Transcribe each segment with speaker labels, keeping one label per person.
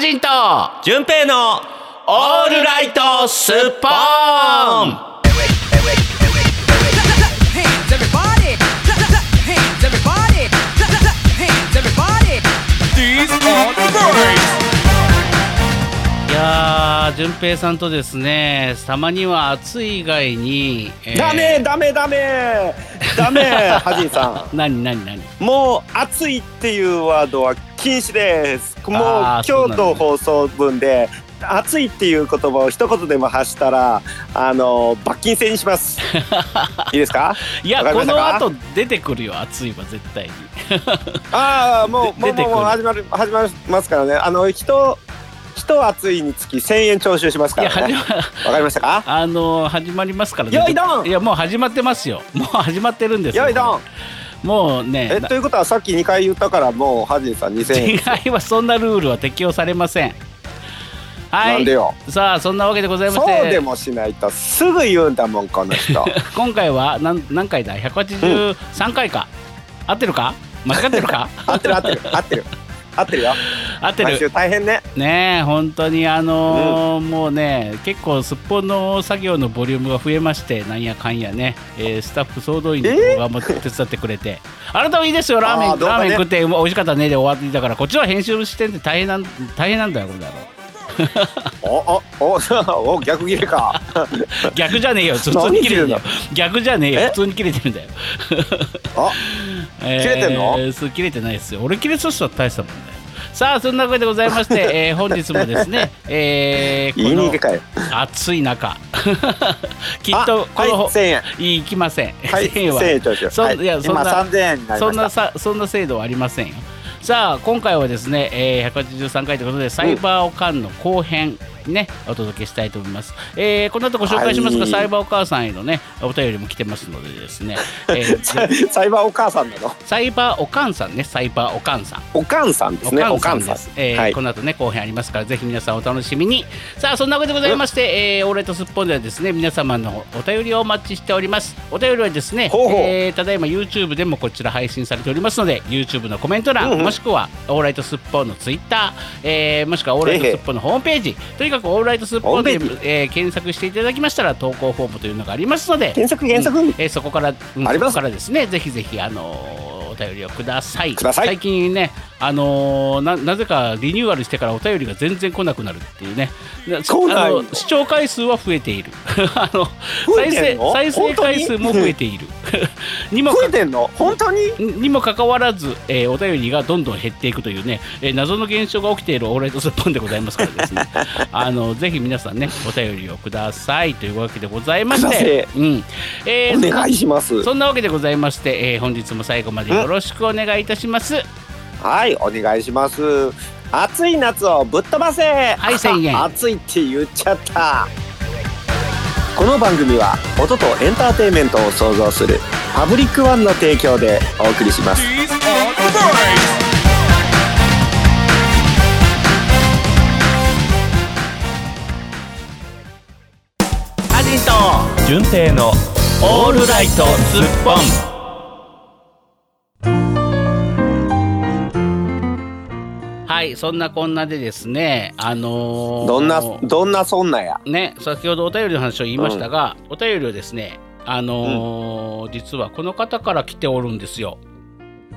Speaker 1: 人と
Speaker 2: 純平の
Speaker 1: オールライトスッポーン
Speaker 3: hands, everybody. Clap, clap, clap, hands, everybody. Clap, clap, clap, hands, everybody.
Speaker 4: いやー、淳平さんとですね、たまには暑い以外に、えー
Speaker 5: ダメダメダメ ダメハジンさ
Speaker 4: 何何何
Speaker 5: んもう暑いっていうワードは禁止ですもう
Speaker 4: あ
Speaker 5: 今
Speaker 4: ーそう
Speaker 5: 日
Speaker 4: なんだ
Speaker 5: の放送分で暑いっていう言葉を一言でも発したらあの罰金制にします いいですか
Speaker 4: いや、
Speaker 5: わかり
Speaker 4: こ
Speaker 5: ました
Speaker 4: の
Speaker 5: か
Speaker 4: 後出てくるよ、暑いは絶対に。
Speaker 5: ああもうも
Speaker 4: で
Speaker 5: うもうもう
Speaker 4: 出
Speaker 5: 始まる始まりますからねあの人人暑いにつき1000円徴収します
Speaker 4: い
Speaker 5: か
Speaker 4: や、
Speaker 5: ら
Speaker 4: 始
Speaker 5: ね
Speaker 4: ま、
Speaker 5: わかりまし たか
Speaker 4: あのー始まりますから
Speaker 5: よいどん
Speaker 4: いや、もう始まってますよ。もう始まってるんです
Speaker 5: よいどん
Speaker 4: もうね
Speaker 5: え、ということはさっき2回言ったからもうハジンさん2000円
Speaker 4: 違いはそんなルールは適用されません。はい。
Speaker 5: なんでよ
Speaker 4: さあ、そんなわけでございまして。
Speaker 5: そうでもしない とすぐ言うんだもんこの人
Speaker 4: 今回は何何回だ183回か、合ってるか間違ってる か
Speaker 5: 合ってる合ってる合ってる合ってるよ
Speaker 4: 合って
Speaker 5: 毎
Speaker 4: る
Speaker 5: 週大変ね
Speaker 4: ねえ本当にあのーもうね結構すっぽんの作業のボリュームが増えましてなんやかんやね、えースタッフ総動員の動画も手伝ってくれて、あなたもいいですよラーメン
Speaker 5: あー動
Speaker 4: ラ
Speaker 5: 画
Speaker 4: ー
Speaker 5: ね
Speaker 4: メン食ってうま美味しかったねで終わっていたからこっちは編集してんで大変なん大変なんだよこれだろ
Speaker 5: おおおお逆切れか
Speaker 4: 逆じゃ ねえよ普通に切れてるんだよ逆じゃねえよ
Speaker 5: え
Speaker 4: 普通に切れてるんだよ
Speaker 5: あ
Speaker 4: えー
Speaker 5: 切れてんの
Speaker 4: そう切れてないですよ俺切れそうしたら大したもんだよさあそんなわけでございま して、えー本日もですね、え
Speaker 5: 言いに
Speaker 4: ー、
Speaker 5: 行け
Speaker 4: こ
Speaker 5: かよ
Speaker 4: の暑い中 きっ
Speaker 5: あ
Speaker 4: とこの、
Speaker 5: はい1000円
Speaker 4: い、いきません、
Speaker 5: はい
Speaker 4: 1000円は
Speaker 5: 1000円徴収
Speaker 4: そん
Speaker 5: はい
Speaker 4: いやそん
Speaker 5: 今
Speaker 4: な
Speaker 5: 3000円になり
Speaker 4: そ
Speaker 5: ま
Speaker 4: ん
Speaker 5: し
Speaker 4: な
Speaker 5: た
Speaker 4: さそんな制度はありませんよさあ今回はですね、えー183回ということでサイバーオカンの後編ね、お届けしたいと思います、えーこの後ご紹介しますが、
Speaker 5: はい
Speaker 4: サイバーお母さんへのねお便りも来てますのでです ね、えー
Speaker 5: サイサイバーお母さんなの
Speaker 4: サイバーおかんさんねサイバーおかんさん
Speaker 5: おかんさんですねおかんさん
Speaker 4: ですえー
Speaker 5: はい
Speaker 4: この後ね後編ありますからぜひ皆さんお楽しみにさあそんなわけでございまして、えー、オーレとスッポンではですね皆様のお便りをお待ちしておりますお便りはですね
Speaker 5: ほうほう
Speaker 4: えーただいま YouTube でもこちら配信されておりますので YouTube のコメント欄、
Speaker 5: うんうん
Speaker 4: もしくはオーライトスッポンの Twitter、えーもしくはオーライトスッポンのホームページ、とにかくオーライトスッポンで
Speaker 5: ホームペ、
Speaker 4: えー検索していただきましたら投稿フォームというのがありますので
Speaker 5: 検索検索
Speaker 4: うんえーそこから、うん
Speaker 5: あります
Speaker 4: そこからですねぜひぜひあのーお便りをください
Speaker 5: ください
Speaker 4: 最近ねあのーななぜかリニューアルしてからお便りが全然来なくなるっていうねな
Speaker 5: 来ない
Speaker 4: あ
Speaker 5: の
Speaker 4: の視聴回数は増えている あの
Speaker 5: 増え
Speaker 4: 再
Speaker 5: てん
Speaker 4: 生
Speaker 5: の
Speaker 4: 再生回数も増えている にもか
Speaker 5: 増えてんの本当に
Speaker 4: にもかかわらず、えーお便りがどんどん減っていくというね、えー謎の現象が起きているオールライトスッポンでございますからです ねあのぜひ皆さんねお便りをくださいというわけでございまして
Speaker 5: くだ、
Speaker 4: うんえー
Speaker 5: お願いします
Speaker 4: そんなわけでございまして、えー本日も最後までよろしくお願いいたします。
Speaker 5: はいお願いします暑い夏をぶっ飛ばせはい
Speaker 4: 1000円
Speaker 5: 暑いって言っちゃったこの番組は音とエンターテインメントを創造するパブリックワンの提供でお送りします
Speaker 1: アジンと
Speaker 2: 純平の
Speaker 1: オールライトスッポン
Speaker 4: はい、そんなこんなでですね、あのー
Speaker 5: どんなどんなそんなや
Speaker 4: ね、先ほどお便りの話を言いましたが、お便りをですね、あのー実はこの方から来ておるんですよ。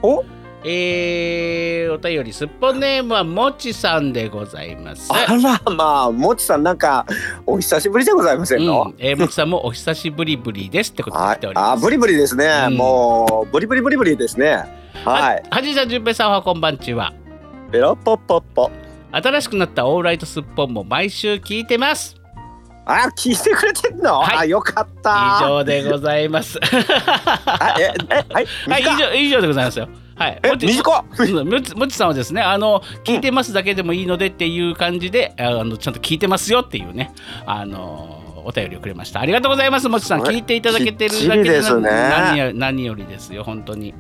Speaker 5: お
Speaker 4: えー、お便り、すっぽんネームはもちさんでございます。
Speaker 5: あらまあもちさんなんかお久しぶりじゃございませ
Speaker 4: うん
Speaker 5: の、
Speaker 4: ん、えー、もちさんもお久しぶりぶりですってことにな
Speaker 5: は
Speaker 4: っ
Speaker 5: い
Speaker 4: ております。
Speaker 5: あブリブリですね、
Speaker 4: うん
Speaker 5: もうブリブリブリブリですねはい
Speaker 4: はじいさん、じゅんぺいさん、おはこんばんちは。
Speaker 5: ペロッポッポッポ
Speaker 4: 新しくなったオールライトスッポンも毎週聞いてます。
Speaker 5: あ聞いてくれてんの、
Speaker 4: はい
Speaker 5: あよかった
Speaker 4: 以上でござい ます。
Speaker 5: あええはい
Speaker 4: はい、以
Speaker 5: 短っ
Speaker 4: 上、以上でございますよ。はい、
Speaker 5: え
Speaker 4: もち
Speaker 5: 短っ
Speaker 4: うん もちもちさんはですね、あの、聞いてますだけでもいいのでっていう感じで、あの、ちゃんと聞いてますよっていうね。あの、お便りをくれました。ありがとうございます。もちさん、
Speaker 5: すごい
Speaker 4: 聞いていただけてるだけ
Speaker 5: きっちりですね
Speaker 4: 何よ何よりですよ、本当に。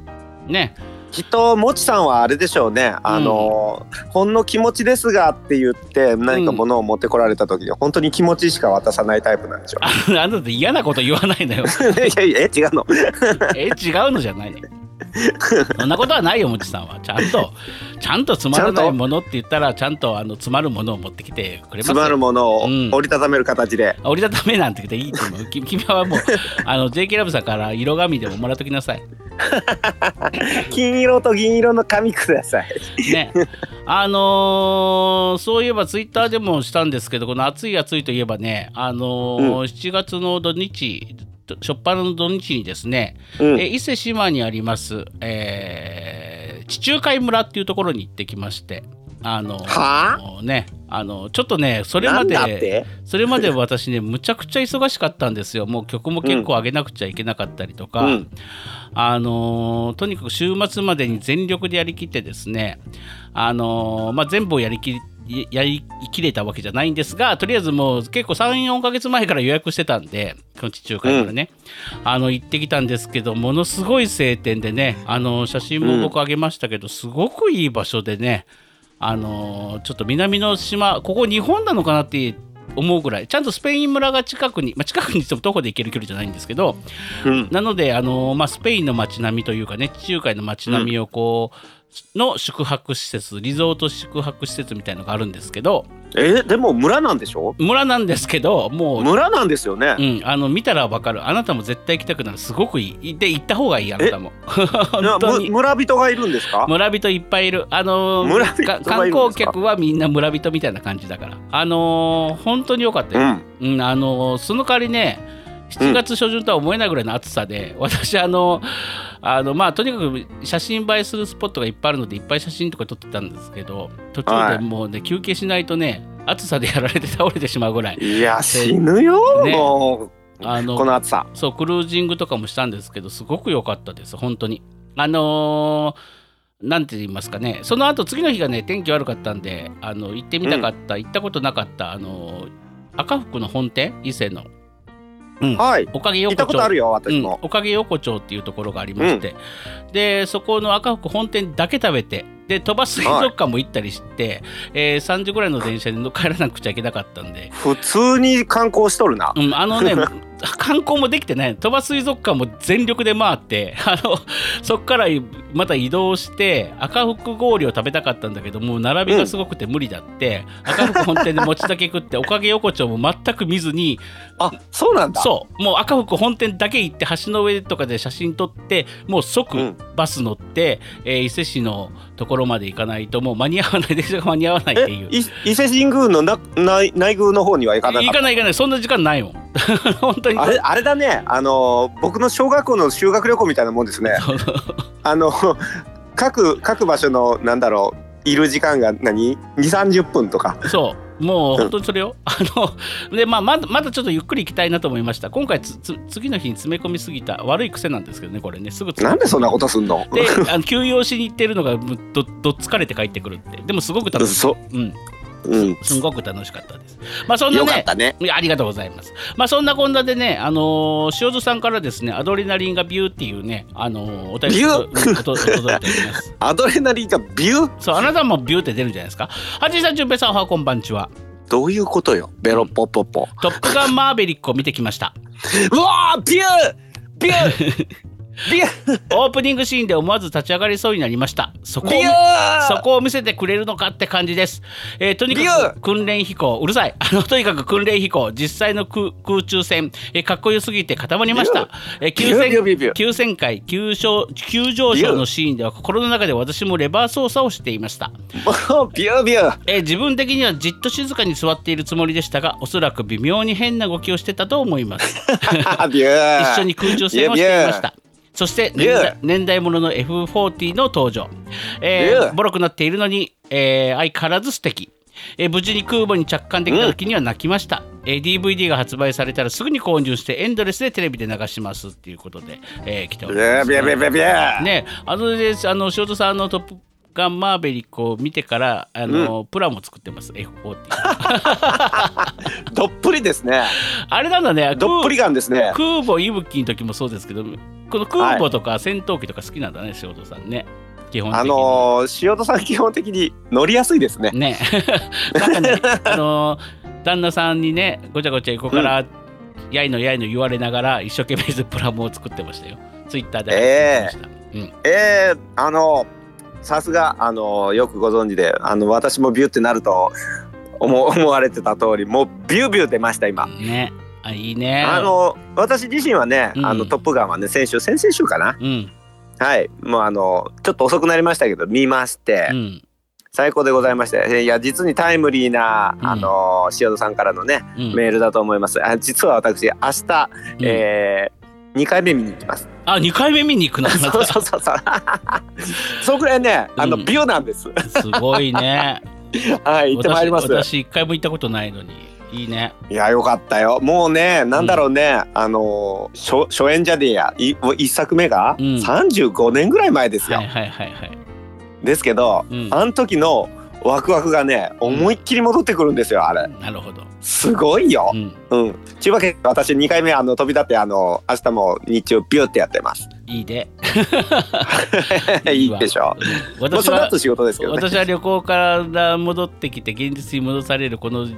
Speaker 4: ね、
Speaker 5: きっともちさんはあれでしょうね、あのほんの気持ちですがって言って何か物を持ってこられた時に本当に気持ちしか渡さないタイプなんでしょ
Speaker 4: ああなたって嫌なこと言わないのよ。
Speaker 5: う、いやいやえ違うの
Speaker 4: え、違うのじゃないの。そんなことはないよ、もちさんは。ちゃんと、ちゃんとつまら
Speaker 5: ち
Speaker 4: な
Speaker 5: ゃん
Speaker 4: い
Speaker 5: と
Speaker 4: ものって言ったら、ちゃんとあの詰まるものを持ってきてくれます
Speaker 5: 詰まるものを
Speaker 4: うん
Speaker 5: 折りたためる 形で、
Speaker 4: 折りたためなんて言っていいと思う。き君はもう、あの、JK ラブさんから色紙でももらっときなさい。
Speaker 5: 金色と銀色の紙ください
Speaker 4: ね。あのーそういえばツイッターでもしたんですけど、この暑い暑いといえばね、あのー
Speaker 5: う
Speaker 4: 7月の土日、初っ端の土日にですね、
Speaker 5: うん
Speaker 4: え伊勢志摩にあります、えー地中海村っていうところに行ってきまして、あのー
Speaker 5: は
Speaker 4: ね、あのちょっとね、それ
Speaker 5: な
Speaker 4: ま
Speaker 5: んだっ
Speaker 4: で、
Speaker 5: て
Speaker 4: それまで私ね、むちゃくちゃ忙しかったんですよ。もう曲も結構上げなくちゃいけなかったりとか、
Speaker 5: うん
Speaker 4: あのーとにかく週末までに全力でやりきってですね、あのーまあ、全部をやりきりやりきれたわけじゃないんですが、とりあえずもう結構3、4ヶ月前から予約してたんで、この地中海からね、あの行ってきたんですけど、ものすごい晴天でね、あの写真も僕あげましたけど、すごくいい場所でね、あのーちょっと南の島ここ日本なのかなって思うぐらいちゃんとスペイン村が近くに、まあ、近くにしても徒歩で行ける距離じゃないんですけど
Speaker 5: うん
Speaker 4: なので、あのーまあ、スペインの街並みというかね地中海の街並みをこう、の宿泊施設リゾート宿泊施設みたいのがあるんですけど
Speaker 5: えでも村なんでしょ
Speaker 4: 村なんですけどもう、
Speaker 5: 村なんですよね
Speaker 4: う、ん、あの見たらわかるあなたも絶対行きたくなるすごくいいで行った方がいいあなたも 本当
Speaker 5: む
Speaker 4: に
Speaker 5: 村人がいるんですか
Speaker 4: 村人いっぱいいる、あのー
Speaker 5: 村人がいるんですか
Speaker 4: 観光客はみんな村人みたいな感じだから、あのー本当に良かった
Speaker 5: う
Speaker 4: よ、
Speaker 5: ん
Speaker 4: うんあのーその代わりね7月初旬とは思えないぐらいの暑さで、私あのーあのまあとにかく写真映えするスポットがいっぱいあるのでいっぱい写真とか撮ってたんですけど途中でもうね、休憩しないとね暑さでやられて倒れてしまうぐらい
Speaker 5: いや死ぬよ、
Speaker 4: ね
Speaker 5: も
Speaker 4: あ
Speaker 5: う
Speaker 4: の
Speaker 5: この暑さ
Speaker 4: そうクルージングとかもしたんですけどすごく良かったです本当にあのーなんて言いますかねその後次の日がね天気悪かったんであの行ってみたかった、行ったことなかったあのー赤福の本店伊勢の
Speaker 5: はい
Speaker 4: おかげ
Speaker 5: 行っ
Speaker 4: 横
Speaker 5: たこ
Speaker 4: 丁
Speaker 5: とあるよ私
Speaker 4: うん
Speaker 5: も、、
Speaker 4: おかげ横丁っていうところがありまして、でそこの赤福本店だけ食べてで鳥羽水族館も行ったりして、えー3時ぐらいの電車で帰らなくちゃいけなかったんで
Speaker 5: 普通に観光しとるな、
Speaker 4: うん、あのね 観光もできてない鳥羽水族館も全力で回って あのそこからまた移動して赤福氷を食べたかったんだけどもう並びがすごくて無理だって、赤福本店で餅だけ食って おかげ横丁も全く見ずに
Speaker 5: あそうなんだ
Speaker 4: そうもう赤福本店だけ行って橋の上とかで写真撮ってもう
Speaker 5: う
Speaker 4: 即
Speaker 5: ん
Speaker 4: バス乗って、えー伊勢市のところまで行かないともう間に合わない電車が間に合わないっ
Speaker 5: え
Speaker 4: ていう。
Speaker 5: い伊勢神宮のな内内宮の方には行かなか
Speaker 4: 行
Speaker 5: った
Speaker 4: かない行かないそんな時間ないもん 本当に
Speaker 5: あれあれだねあの僕の小学校の修学旅行みたいなもんですね
Speaker 4: そう
Speaker 5: あの各各場所のなんだろういる時間が何2三3 0分とか
Speaker 4: そう、もう本当にそれよ。 あのでまあ、まだまだちょっとゆっくり行きたいなと思いました。今回つつ、次の日に詰め込みすぎた悪い癖なんですけどね、これね、すぐ詰
Speaker 5: なん
Speaker 4: め
Speaker 5: でそんなことすんの
Speaker 4: であの休養しに行ってるのがむどどっつかれて帰ってくるって、でもすごく楽しい。
Speaker 5: そ
Speaker 4: うん、
Speaker 5: うん
Speaker 4: すごく楽しかったです。まあそんな
Speaker 5: よかっ
Speaker 4: ね、
Speaker 5: たね
Speaker 4: いやありがとうございます。まあそんなこんなでね、あのー塩津さんからですね、アドレナリンがビューっていうね、あのーお便り
Speaker 5: ビュー
Speaker 4: うんおと届いております。
Speaker 5: アドレナリンがビュー
Speaker 4: そう、あなたもビューって出るんじゃないですか。はじいさん、じゅんぺいさん、おはこんばんちは。
Speaker 5: どういうことよベロポポポ
Speaker 4: トップガンマーベリックを見てきました。
Speaker 5: うわービュービュー ビュー
Speaker 4: オープニングシーンで思わず立ち上がりそうになりましたそこを
Speaker 5: ビュー
Speaker 4: そこを見せてくれるのかって感じです、えーとに
Speaker 5: ビ
Speaker 4: か
Speaker 5: ュ
Speaker 4: く訓練飛行うるさい あのとにかく訓練飛行実際の空空中戦、えーかっこよすぎて固まりました、えー
Speaker 5: ビュービュービュービュー
Speaker 4: 急旋回急上急上昇のシーンでは心の中で私もレバー操作をしていました
Speaker 5: もうビュービュー
Speaker 4: えー自分的にはじっと静かに座っているつもりでしたがおそらく微妙に変な動きをしてたと思います
Speaker 5: ビュー
Speaker 4: 一緒に空中戦をしていました。そして年代
Speaker 5: Yeah.
Speaker 4: 年代物の F40 の登場、えー
Speaker 5: Yeah.
Speaker 4: ボロくなっているのに、えー相変わらず素敵、えー無事に空母に着艦できた時には泣きました、えー DVD が発売されたらすぐに購入してエンドレスでテレビで流しますっていうことで、えー来てお
Speaker 5: ビ
Speaker 4: り
Speaker 5: ュ
Speaker 4: ま
Speaker 5: ー
Speaker 4: す
Speaker 5: ビュービュービュービュー
Speaker 4: ねあのであの塩田さんのトップガンマーベリックを見てからあの、プラも作ってます F40
Speaker 5: どっぷりですね
Speaker 4: あれなんだね
Speaker 5: どっぷりガンですね
Speaker 4: 空母息吹の時もそうですけどこの空母とか戦闘機とか好きなんだね、仕事さんね基本的に
Speaker 5: あのー、塩田さん基本的に乗りやすいですね。
Speaker 4: ねなんかねあのー旦那さんにねごちゃごちゃ横から、やいのやいの言われながら一生懸命プラモを作ってましたよツイッターで
Speaker 5: ええ
Speaker 4: ました、うん
Speaker 5: えー、あのさすがあのよくご存知であの私もビューってなると思 思われてた通りもうビュービュー出ました今。
Speaker 4: ねあいいね
Speaker 5: あの私自身はね「
Speaker 4: うん
Speaker 5: あのトップガン」はね先週先々週かな
Speaker 4: うん
Speaker 5: はいもうあのちょっと遅くなりましたけど見まして、
Speaker 4: うん
Speaker 5: 最高でございましてえいや実にタイムリーな、
Speaker 4: うん
Speaker 5: あの塩田さんからのね
Speaker 4: うん
Speaker 5: メールだと思いますあ実は私明日、
Speaker 4: うん
Speaker 5: えー、2回目見に行きます
Speaker 4: あ二回目見に行くの
Speaker 5: そうそうそうそうそのくらいねあの、
Speaker 4: うん
Speaker 5: ビューなんです
Speaker 4: すごいね
Speaker 5: はい、 行ってまいります。
Speaker 4: 私私一回も行ったことないのにいいね
Speaker 5: いや、よかったよ。もうね、なんだろうね、あのー、初初演じゃねえや、いもう一作目が
Speaker 4: うん
Speaker 5: 35年ぐらい前ですよ。
Speaker 4: はいはいはいはい
Speaker 5: ですけど、
Speaker 4: うん
Speaker 5: あの時のワクワクがね、思いっきり戻ってくるんですよ、あれ。
Speaker 4: なるほど
Speaker 5: すごいよ
Speaker 4: う。ん
Speaker 5: うん。ちゅうわけで、私2回目、あの、飛び立って、あの、明日も日中ビューってやっ てます。
Speaker 4: いいで
Speaker 5: いいでしょ
Speaker 4: う。うん
Speaker 5: まあ、
Speaker 4: 私
Speaker 5: その
Speaker 4: は
Speaker 5: 後仕事ですけどね。
Speaker 4: 私は旅行から戻ってきて現実に戻されるこの1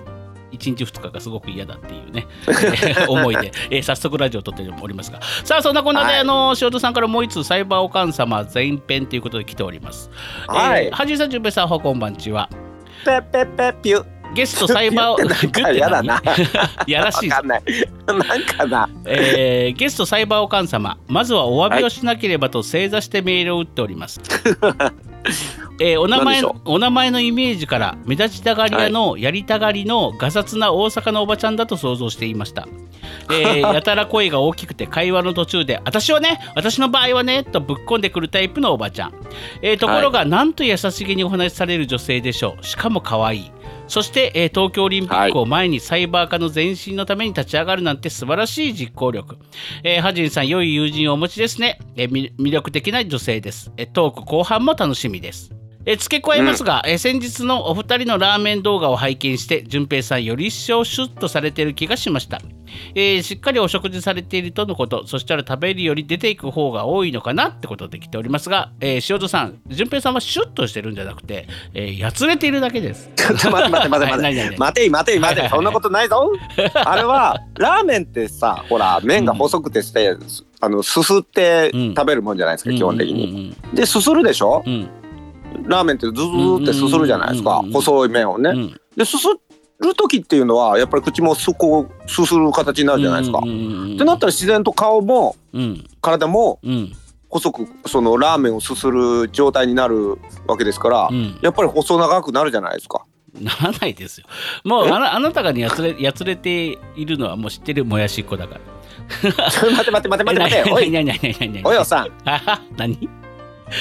Speaker 4: 日2日がすごく嫌だっていうね 思いで、えー早速ラジオを撮っておりますがさあそんなこんなで、
Speaker 5: はい
Speaker 4: あの塩田さんからもう一つサイバーおかん様前編ということで来ております。
Speaker 5: はい
Speaker 4: えーはじいさんじゅんぺいさんほこんばんちは
Speaker 5: ペッペッペッピュ
Speaker 4: ゲストサイバー
Speaker 5: ピュ ってなんか嫌だな
Speaker 4: やらしい
Speaker 5: わかんない。なん かな。
Speaker 4: えーゲストサイバーおかん様まずはお詫びをしなければと正座してメールを打っており ます、えーお名前
Speaker 5: 何でし
Speaker 4: お名前のイメージから目立ちたがり屋のやりたがりのがさつな大阪のおばちゃんだと想像していました、えー やたら声が大きくて会話の途中で「私はね私の場合はね」とぶっこんでくるタイプのおばちゃん、えーところが、なんと優しげにお話しされる女性でしょうしかも可愛いそして、えー東京オリンピックを前にサイバー化の前進のために立ち上がるなんて素晴らしい実行力。えーハジンさん、良い友人をお持ちですね。えーみ魅力的な女性です、えートーク後半も楽しみです。えー付け加えますが、えー先日のお二人のラーメン動画を拝見して、淳平さんより一生シュッとされている気がしました、えーしっかりお食事されているとのこと、そしたら食べるより出ていく方が多いのかなってことで来ておりますが、えー塩戸さん、淳平さんはシュッとしてるんじゃなくて、えーやつれているだけです。
Speaker 5: ちょっと 待って待って待って
Speaker 4: はい
Speaker 5: 待
Speaker 4: 何々
Speaker 5: っ て待てい待てい待ていそんなことないぞあれはラーメンってさほら麺が細くてして、あのすすって
Speaker 4: うん
Speaker 5: 食べるもんじゃないですか、基本的に、
Speaker 4: に。
Speaker 5: ですするでしょ
Speaker 4: うんうん
Speaker 5: ラーメンってずずーってすするじゃないですか、
Speaker 4: うんうんうん
Speaker 5: 細い麺をね、
Speaker 4: うん
Speaker 5: ですする時っていうのはやっぱり口もすこうすする形になるじゃないですか、
Speaker 4: うんうんうんうん
Speaker 5: ってなったら自然と顔も
Speaker 4: うん
Speaker 5: 体も
Speaker 4: うん
Speaker 5: 細くそのラーメンをすする状態になるわけですから、
Speaker 4: うん
Speaker 5: やっぱり細長くなるじゃない ですか
Speaker 4: ならないですよ。もうあなあなたがねやつれやつれているのはもう知ってるもやしっ子だから。
Speaker 5: ちょっと待って待って待って待ってお
Speaker 4: え
Speaker 5: い
Speaker 4: なになになになになに
Speaker 5: およさん
Speaker 4: あは何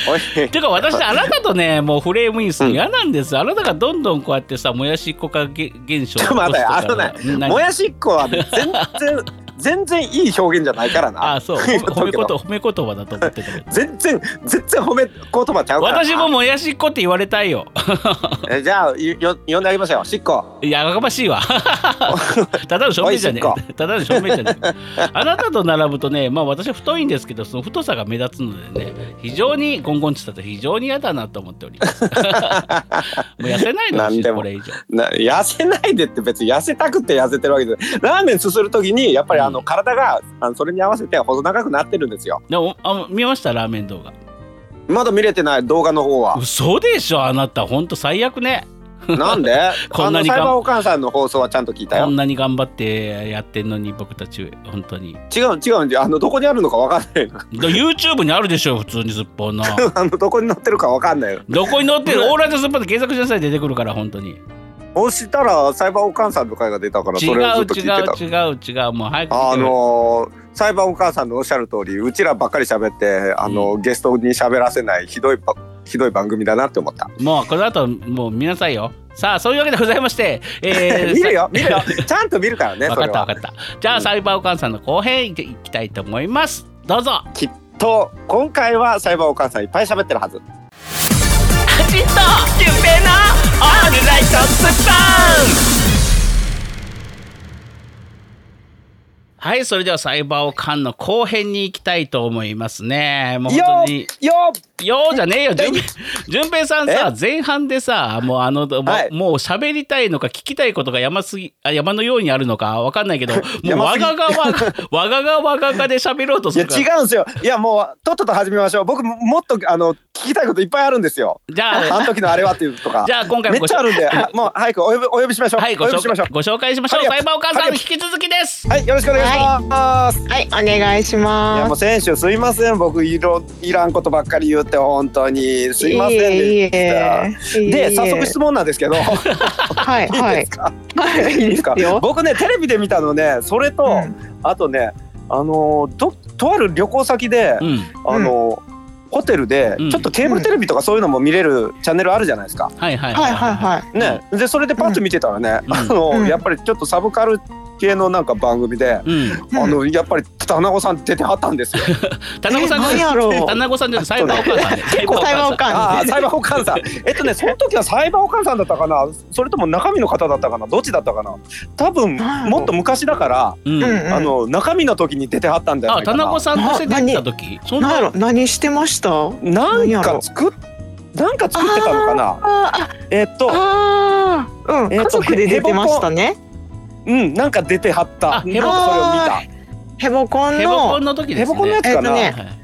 Speaker 5: おい
Speaker 4: てか私あなたとねもうフレームインするの嫌なんですよ。あなたがどんどんこうやってさもやしっ子化げ現象
Speaker 5: ちょっと待てあのね
Speaker 4: ね
Speaker 5: もやしっこはね全然全然いい表現じゃないから
Speaker 4: あ
Speaker 5: な
Speaker 4: あ そう
Speaker 5: 言っと
Speaker 4: 褒め
Speaker 5: くけ
Speaker 4: こ
Speaker 5: ど
Speaker 4: と褒め言葉だと思って たけど。
Speaker 5: 全然全然褒め言葉ちゃうからな
Speaker 4: 私ももやしっ子って言われたいよ。
Speaker 5: えじゃあよよ呼んであげましょうしっこ
Speaker 4: いややかまし いわ。ただの正面じゃね
Speaker 5: おい
Speaker 4: え。ただの正面じゃね え。あなたと並ぶとね、まあ私は太いんですけど、その太さが目立つのでね、非常にゴンゴンってたと非常に嫌だなと思っており ます。もう痩せないの
Speaker 5: なんでも
Speaker 4: これ以上。
Speaker 5: な痩せないでって別に痩せたくて痩せてるわけじゃないラーメンすする時にやっぱりあの体があのそれに合わせて細長くなってるんですよ
Speaker 4: でもあ見ましたラーメン動画。
Speaker 5: まだ見れてない動画の方 は
Speaker 4: 嘘でしょあなた、本当最悪ね。
Speaker 5: なんで
Speaker 4: こ
Speaker 5: あ
Speaker 4: んな
Speaker 5: の
Speaker 4: に
Speaker 5: サイ
Speaker 4: 頑
Speaker 5: バーお母さんの放送はちゃんと聞いた
Speaker 4: こ
Speaker 5: よ
Speaker 4: んなに頑張ってやってんのに僕たち本当に。
Speaker 5: 違う違うんであのどこにあるのかわかんない
Speaker 4: で YouTube にあるでしょ普通にすっぽ んの。
Speaker 5: あのどこに載ってるかわかんないよ
Speaker 4: どこに載ってるオーライトすっぽんで検索しなさい出てくるから本当に。
Speaker 5: 押したらサイバーお母さんの回が出たから
Speaker 4: 違
Speaker 5: そうれをず
Speaker 4: 違
Speaker 5: っと聞いてた
Speaker 4: う違う違うもう早く
Speaker 5: あのーサイバーお母さんのおっしゃる通りうちらばっかり喋ってあのー、ゲストに喋らせないひどいばひどい番組だなって思った。
Speaker 4: もうこの後もう見なさいよさあそういうわけでございまして、え
Speaker 5: 見るよ
Speaker 4: さ
Speaker 5: 見 るよちゃんと見るからね
Speaker 4: わ
Speaker 5: そ
Speaker 4: かっ
Speaker 5: れ
Speaker 4: た
Speaker 5: は
Speaker 4: わ。かったじゃあサイバーお母さんの後編いっていきたいと思いますどうぞ
Speaker 5: きっと今回はサイバーお母さんいっぱい喋ってるはず。
Speaker 1: ジとキュンペイのオールライトスッポ
Speaker 4: はいそれではサイバーおかんの後編に行きたいと思いますねもう
Speaker 5: よ
Speaker 4: 本当に
Speaker 5: ーよー
Speaker 4: ようじゃねえよ、
Speaker 5: 大
Speaker 4: 順平順平さんさ、前半でさ、もうあの、もう
Speaker 5: はい
Speaker 4: もう喋りたいのか、聞きたいことが山すぎ、あ山のようにあるのか、わかんないけど、もう
Speaker 5: 山
Speaker 4: わ
Speaker 5: すぎ
Speaker 4: がが わが、わががわががで喋ろうと
Speaker 5: い
Speaker 4: す
Speaker 5: や
Speaker 4: るから。
Speaker 5: 違うんですよ。いやもうとっとと始めましょう。僕ももっとあの聞きたいこといっぱいあるんですよ。
Speaker 4: じゃあ
Speaker 5: あの時のあれはっていうとか。
Speaker 4: じゃあ今回
Speaker 5: め
Speaker 4: もご
Speaker 5: っちゃあるんで、は もう早くお呼びお呼びしましょう。
Speaker 4: はい、
Speaker 5: お
Speaker 4: ご
Speaker 5: 呼
Speaker 4: 紹
Speaker 5: びしましょ
Speaker 4: 介
Speaker 5: う。
Speaker 4: ご紹介しましょう。
Speaker 5: あり
Speaker 4: サ
Speaker 5: がとう
Speaker 4: イバーお母さん、
Speaker 5: あり
Speaker 4: 引
Speaker 5: が
Speaker 4: き続きです。
Speaker 5: はい、よろしくお願いします。い、
Speaker 2: はい、お願いし
Speaker 5: やも
Speaker 2: ま
Speaker 5: う選手すいません。僕いろいらんことばっかり言って本当にす
Speaker 2: す。
Speaker 5: いませんで
Speaker 2: いえい
Speaker 5: した。
Speaker 2: えいえいえ
Speaker 5: で早速質問なんですけど、い
Speaker 2: はい、
Speaker 5: い
Speaker 2: は
Speaker 5: で
Speaker 2: い
Speaker 5: す。か？
Speaker 2: はい、
Speaker 5: いいですか
Speaker 2: いいですよ。
Speaker 5: 僕ねテレビで見たのね、それと、
Speaker 2: うん
Speaker 5: あとね、あのどとある旅行先で、
Speaker 4: うん、
Speaker 5: あの。ホテルで
Speaker 4: うん
Speaker 5: ちょっとケーブルテレビとかそういうのも見れるチャンネルあるじゃないですか。
Speaker 4: はいはい
Speaker 2: はい、はい、はい。
Speaker 5: ね、でそれでパッと見てたらね、
Speaker 4: うん
Speaker 5: あの
Speaker 2: うん
Speaker 5: やっぱりちょっとサブカル系のなんか番組で、
Speaker 4: い。うん、
Speaker 2: うん
Speaker 5: あのやっぱり田中さん出てはったんですよ。
Speaker 4: 田中さん
Speaker 2: え 何
Speaker 4: じゃ
Speaker 2: やろう
Speaker 4: 田中さんじゃないサイバーお母さんね。サイバーお
Speaker 2: 台
Speaker 4: 母
Speaker 2: 湾
Speaker 4: さん
Speaker 2: おか
Speaker 5: ああ裁判官さん。えっとねその時は裁判官さんだったかなそれとも中身の方だったかなどっちだったかな多分
Speaker 2: なんやろ
Speaker 5: もっと昔だから、
Speaker 4: うん
Speaker 2: うんうん
Speaker 5: あの中身の時に出てはったんじゃな
Speaker 4: あ、
Speaker 5: いか
Speaker 4: 田
Speaker 5: な。
Speaker 4: 中さんとして出てた時、そん
Speaker 2: なんや
Speaker 4: な
Speaker 2: ろ、何してました。あ
Speaker 5: なん
Speaker 2: 何やろ
Speaker 5: か作っなんか作ってたのかな
Speaker 2: あ、
Speaker 5: えっと
Speaker 2: ああ、うん、
Speaker 5: えっ
Speaker 2: 家
Speaker 5: と
Speaker 2: 族で出てましたね。
Speaker 5: うんなんか出てはった
Speaker 4: あ
Speaker 5: そ
Speaker 4: ヘ
Speaker 5: れを見
Speaker 4: ボ
Speaker 5: た
Speaker 2: ヘボコン
Speaker 4: ヘボコ
Speaker 2: の
Speaker 4: ンの時で
Speaker 5: ヘ
Speaker 4: す
Speaker 5: ボコン
Speaker 4: ね
Speaker 5: のや。つかな、
Speaker 2: えっとね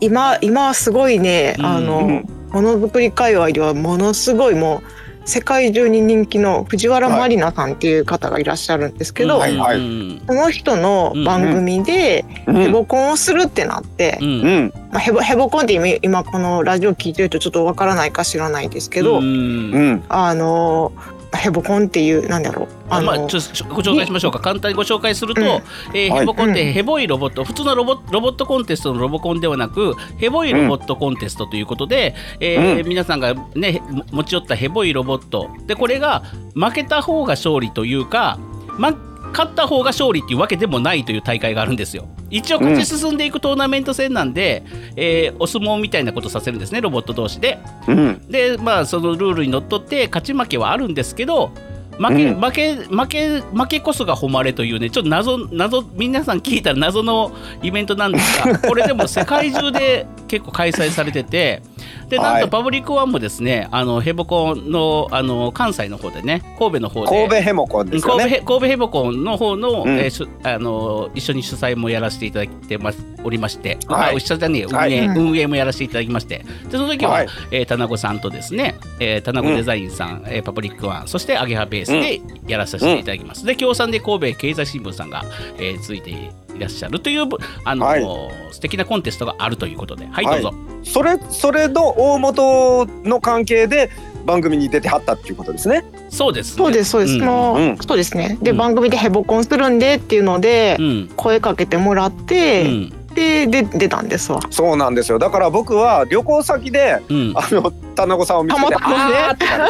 Speaker 2: 今今はすごいね、
Speaker 4: うん
Speaker 2: あの、
Speaker 5: うん
Speaker 2: ものづくり界隈ではものすごいもう世界中に人気の藤原まりなさんっていう方がいらっしゃるんですけど、
Speaker 5: はいはい
Speaker 4: うん
Speaker 2: その人の番組で
Speaker 5: うん
Speaker 2: ヘボコンをするってなって
Speaker 4: う、ん
Speaker 5: うん
Speaker 2: まあ、ヘボヘボコンって今今このラジオ聞いてるとちょっとわからないか知らないですけど、
Speaker 4: うん
Speaker 5: うん
Speaker 2: あのヘボコンっていうなんだろうあの、
Speaker 4: まあ、ちょっとご紹介しましょうか簡単にご紹介すると、
Speaker 2: うん
Speaker 4: えー
Speaker 5: はい
Speaker 4: ヘボコンっ
Speaker 2: う
Speaker 4: て
Speaker 2: ん
Speaker 4: ヘボいロボット普通のロボロボットコンテストのロボコンではなくヘボいロボットコンテストということで、えー皆さんが、ね、も持ち寄ったヘボいロボットでこれが負けた方が勝利というか、ま、勝った方が勝利っていうわけでもないという大会があるんですよ一応勝ち進んでいくトーナメント戦なんで、えーお相撲みたいなことさせるんですねロボット同士で。
Speaker 5: うん
Speaker 4: でまあそのルールにのっとって勝ち負けはあるんですけど負け,、
Speaker 5: うん
Speaker 4: 負け負け負けこそが誉れというねちょっと謎謎皆さん聞いたら謎のイベントなんです がこれでも世界中で結構開催されててでなん
Speaker 5: は
Speaker 4: と
Speaker 5: い
Speaker 4: パブリックワンもですね、あのヘボコンのあの関西の方でね神戸の方で
Speaker 5: 神戸ヘモコンですよ
Speaker 4: 神戸
Speaker 5: ね
Speaker 4: ヘ神戸ヘボコンの方の、
Speaker 5: うん
Speaker 4: えーしゅあのー一緒に主催もやらせていただいてますおりまして、
Speaker 5: は
Speaker 4: あ
Speaker 5: い
Speaker 4: 一緒じゃねえ運
Speaker 5: はい
Speaker 4: 営、
Speaker 2: うん
Speaker 4: 運営もやらせていただきましてでその時は、
Speaker 5: はい
Speaker 4: えー田名子さんとですね、えー、田名子デザインさん、えーパブリックワンそしてアゲハベースでやらさせていただきます、で協賛で神戸経済新聞さんが、えーついていらっしゃるというあのー、素敵なコンテストがあるということではいどうぞ、
Speaker 5: それそれの大元の関係で番組に出てはったっていうことですね
Speaker 4: そうです、
Speaker 2: そうですそうです、
Speaker 4: うん
Speaker 2: その
Speaker 5: うん
Speaker 2: そうですねで、
Speaker 4: うん
Speaker 2: 番組でヘボコンするんでっていうので、
Speaker 4: うん
Speaker 2: 声かけてもらっ
Speaker 4: う
Speaker 2: て、
Speaker 4: ん
Speaker 2: でで出たんですわ
Speaker 5: そうなんですよだから僕は旅行先で
Speaker 4: うん
Speaker 5: あの田中さんを見つけて
Speaker 2: たまたまね
Speaker 5: あーってなる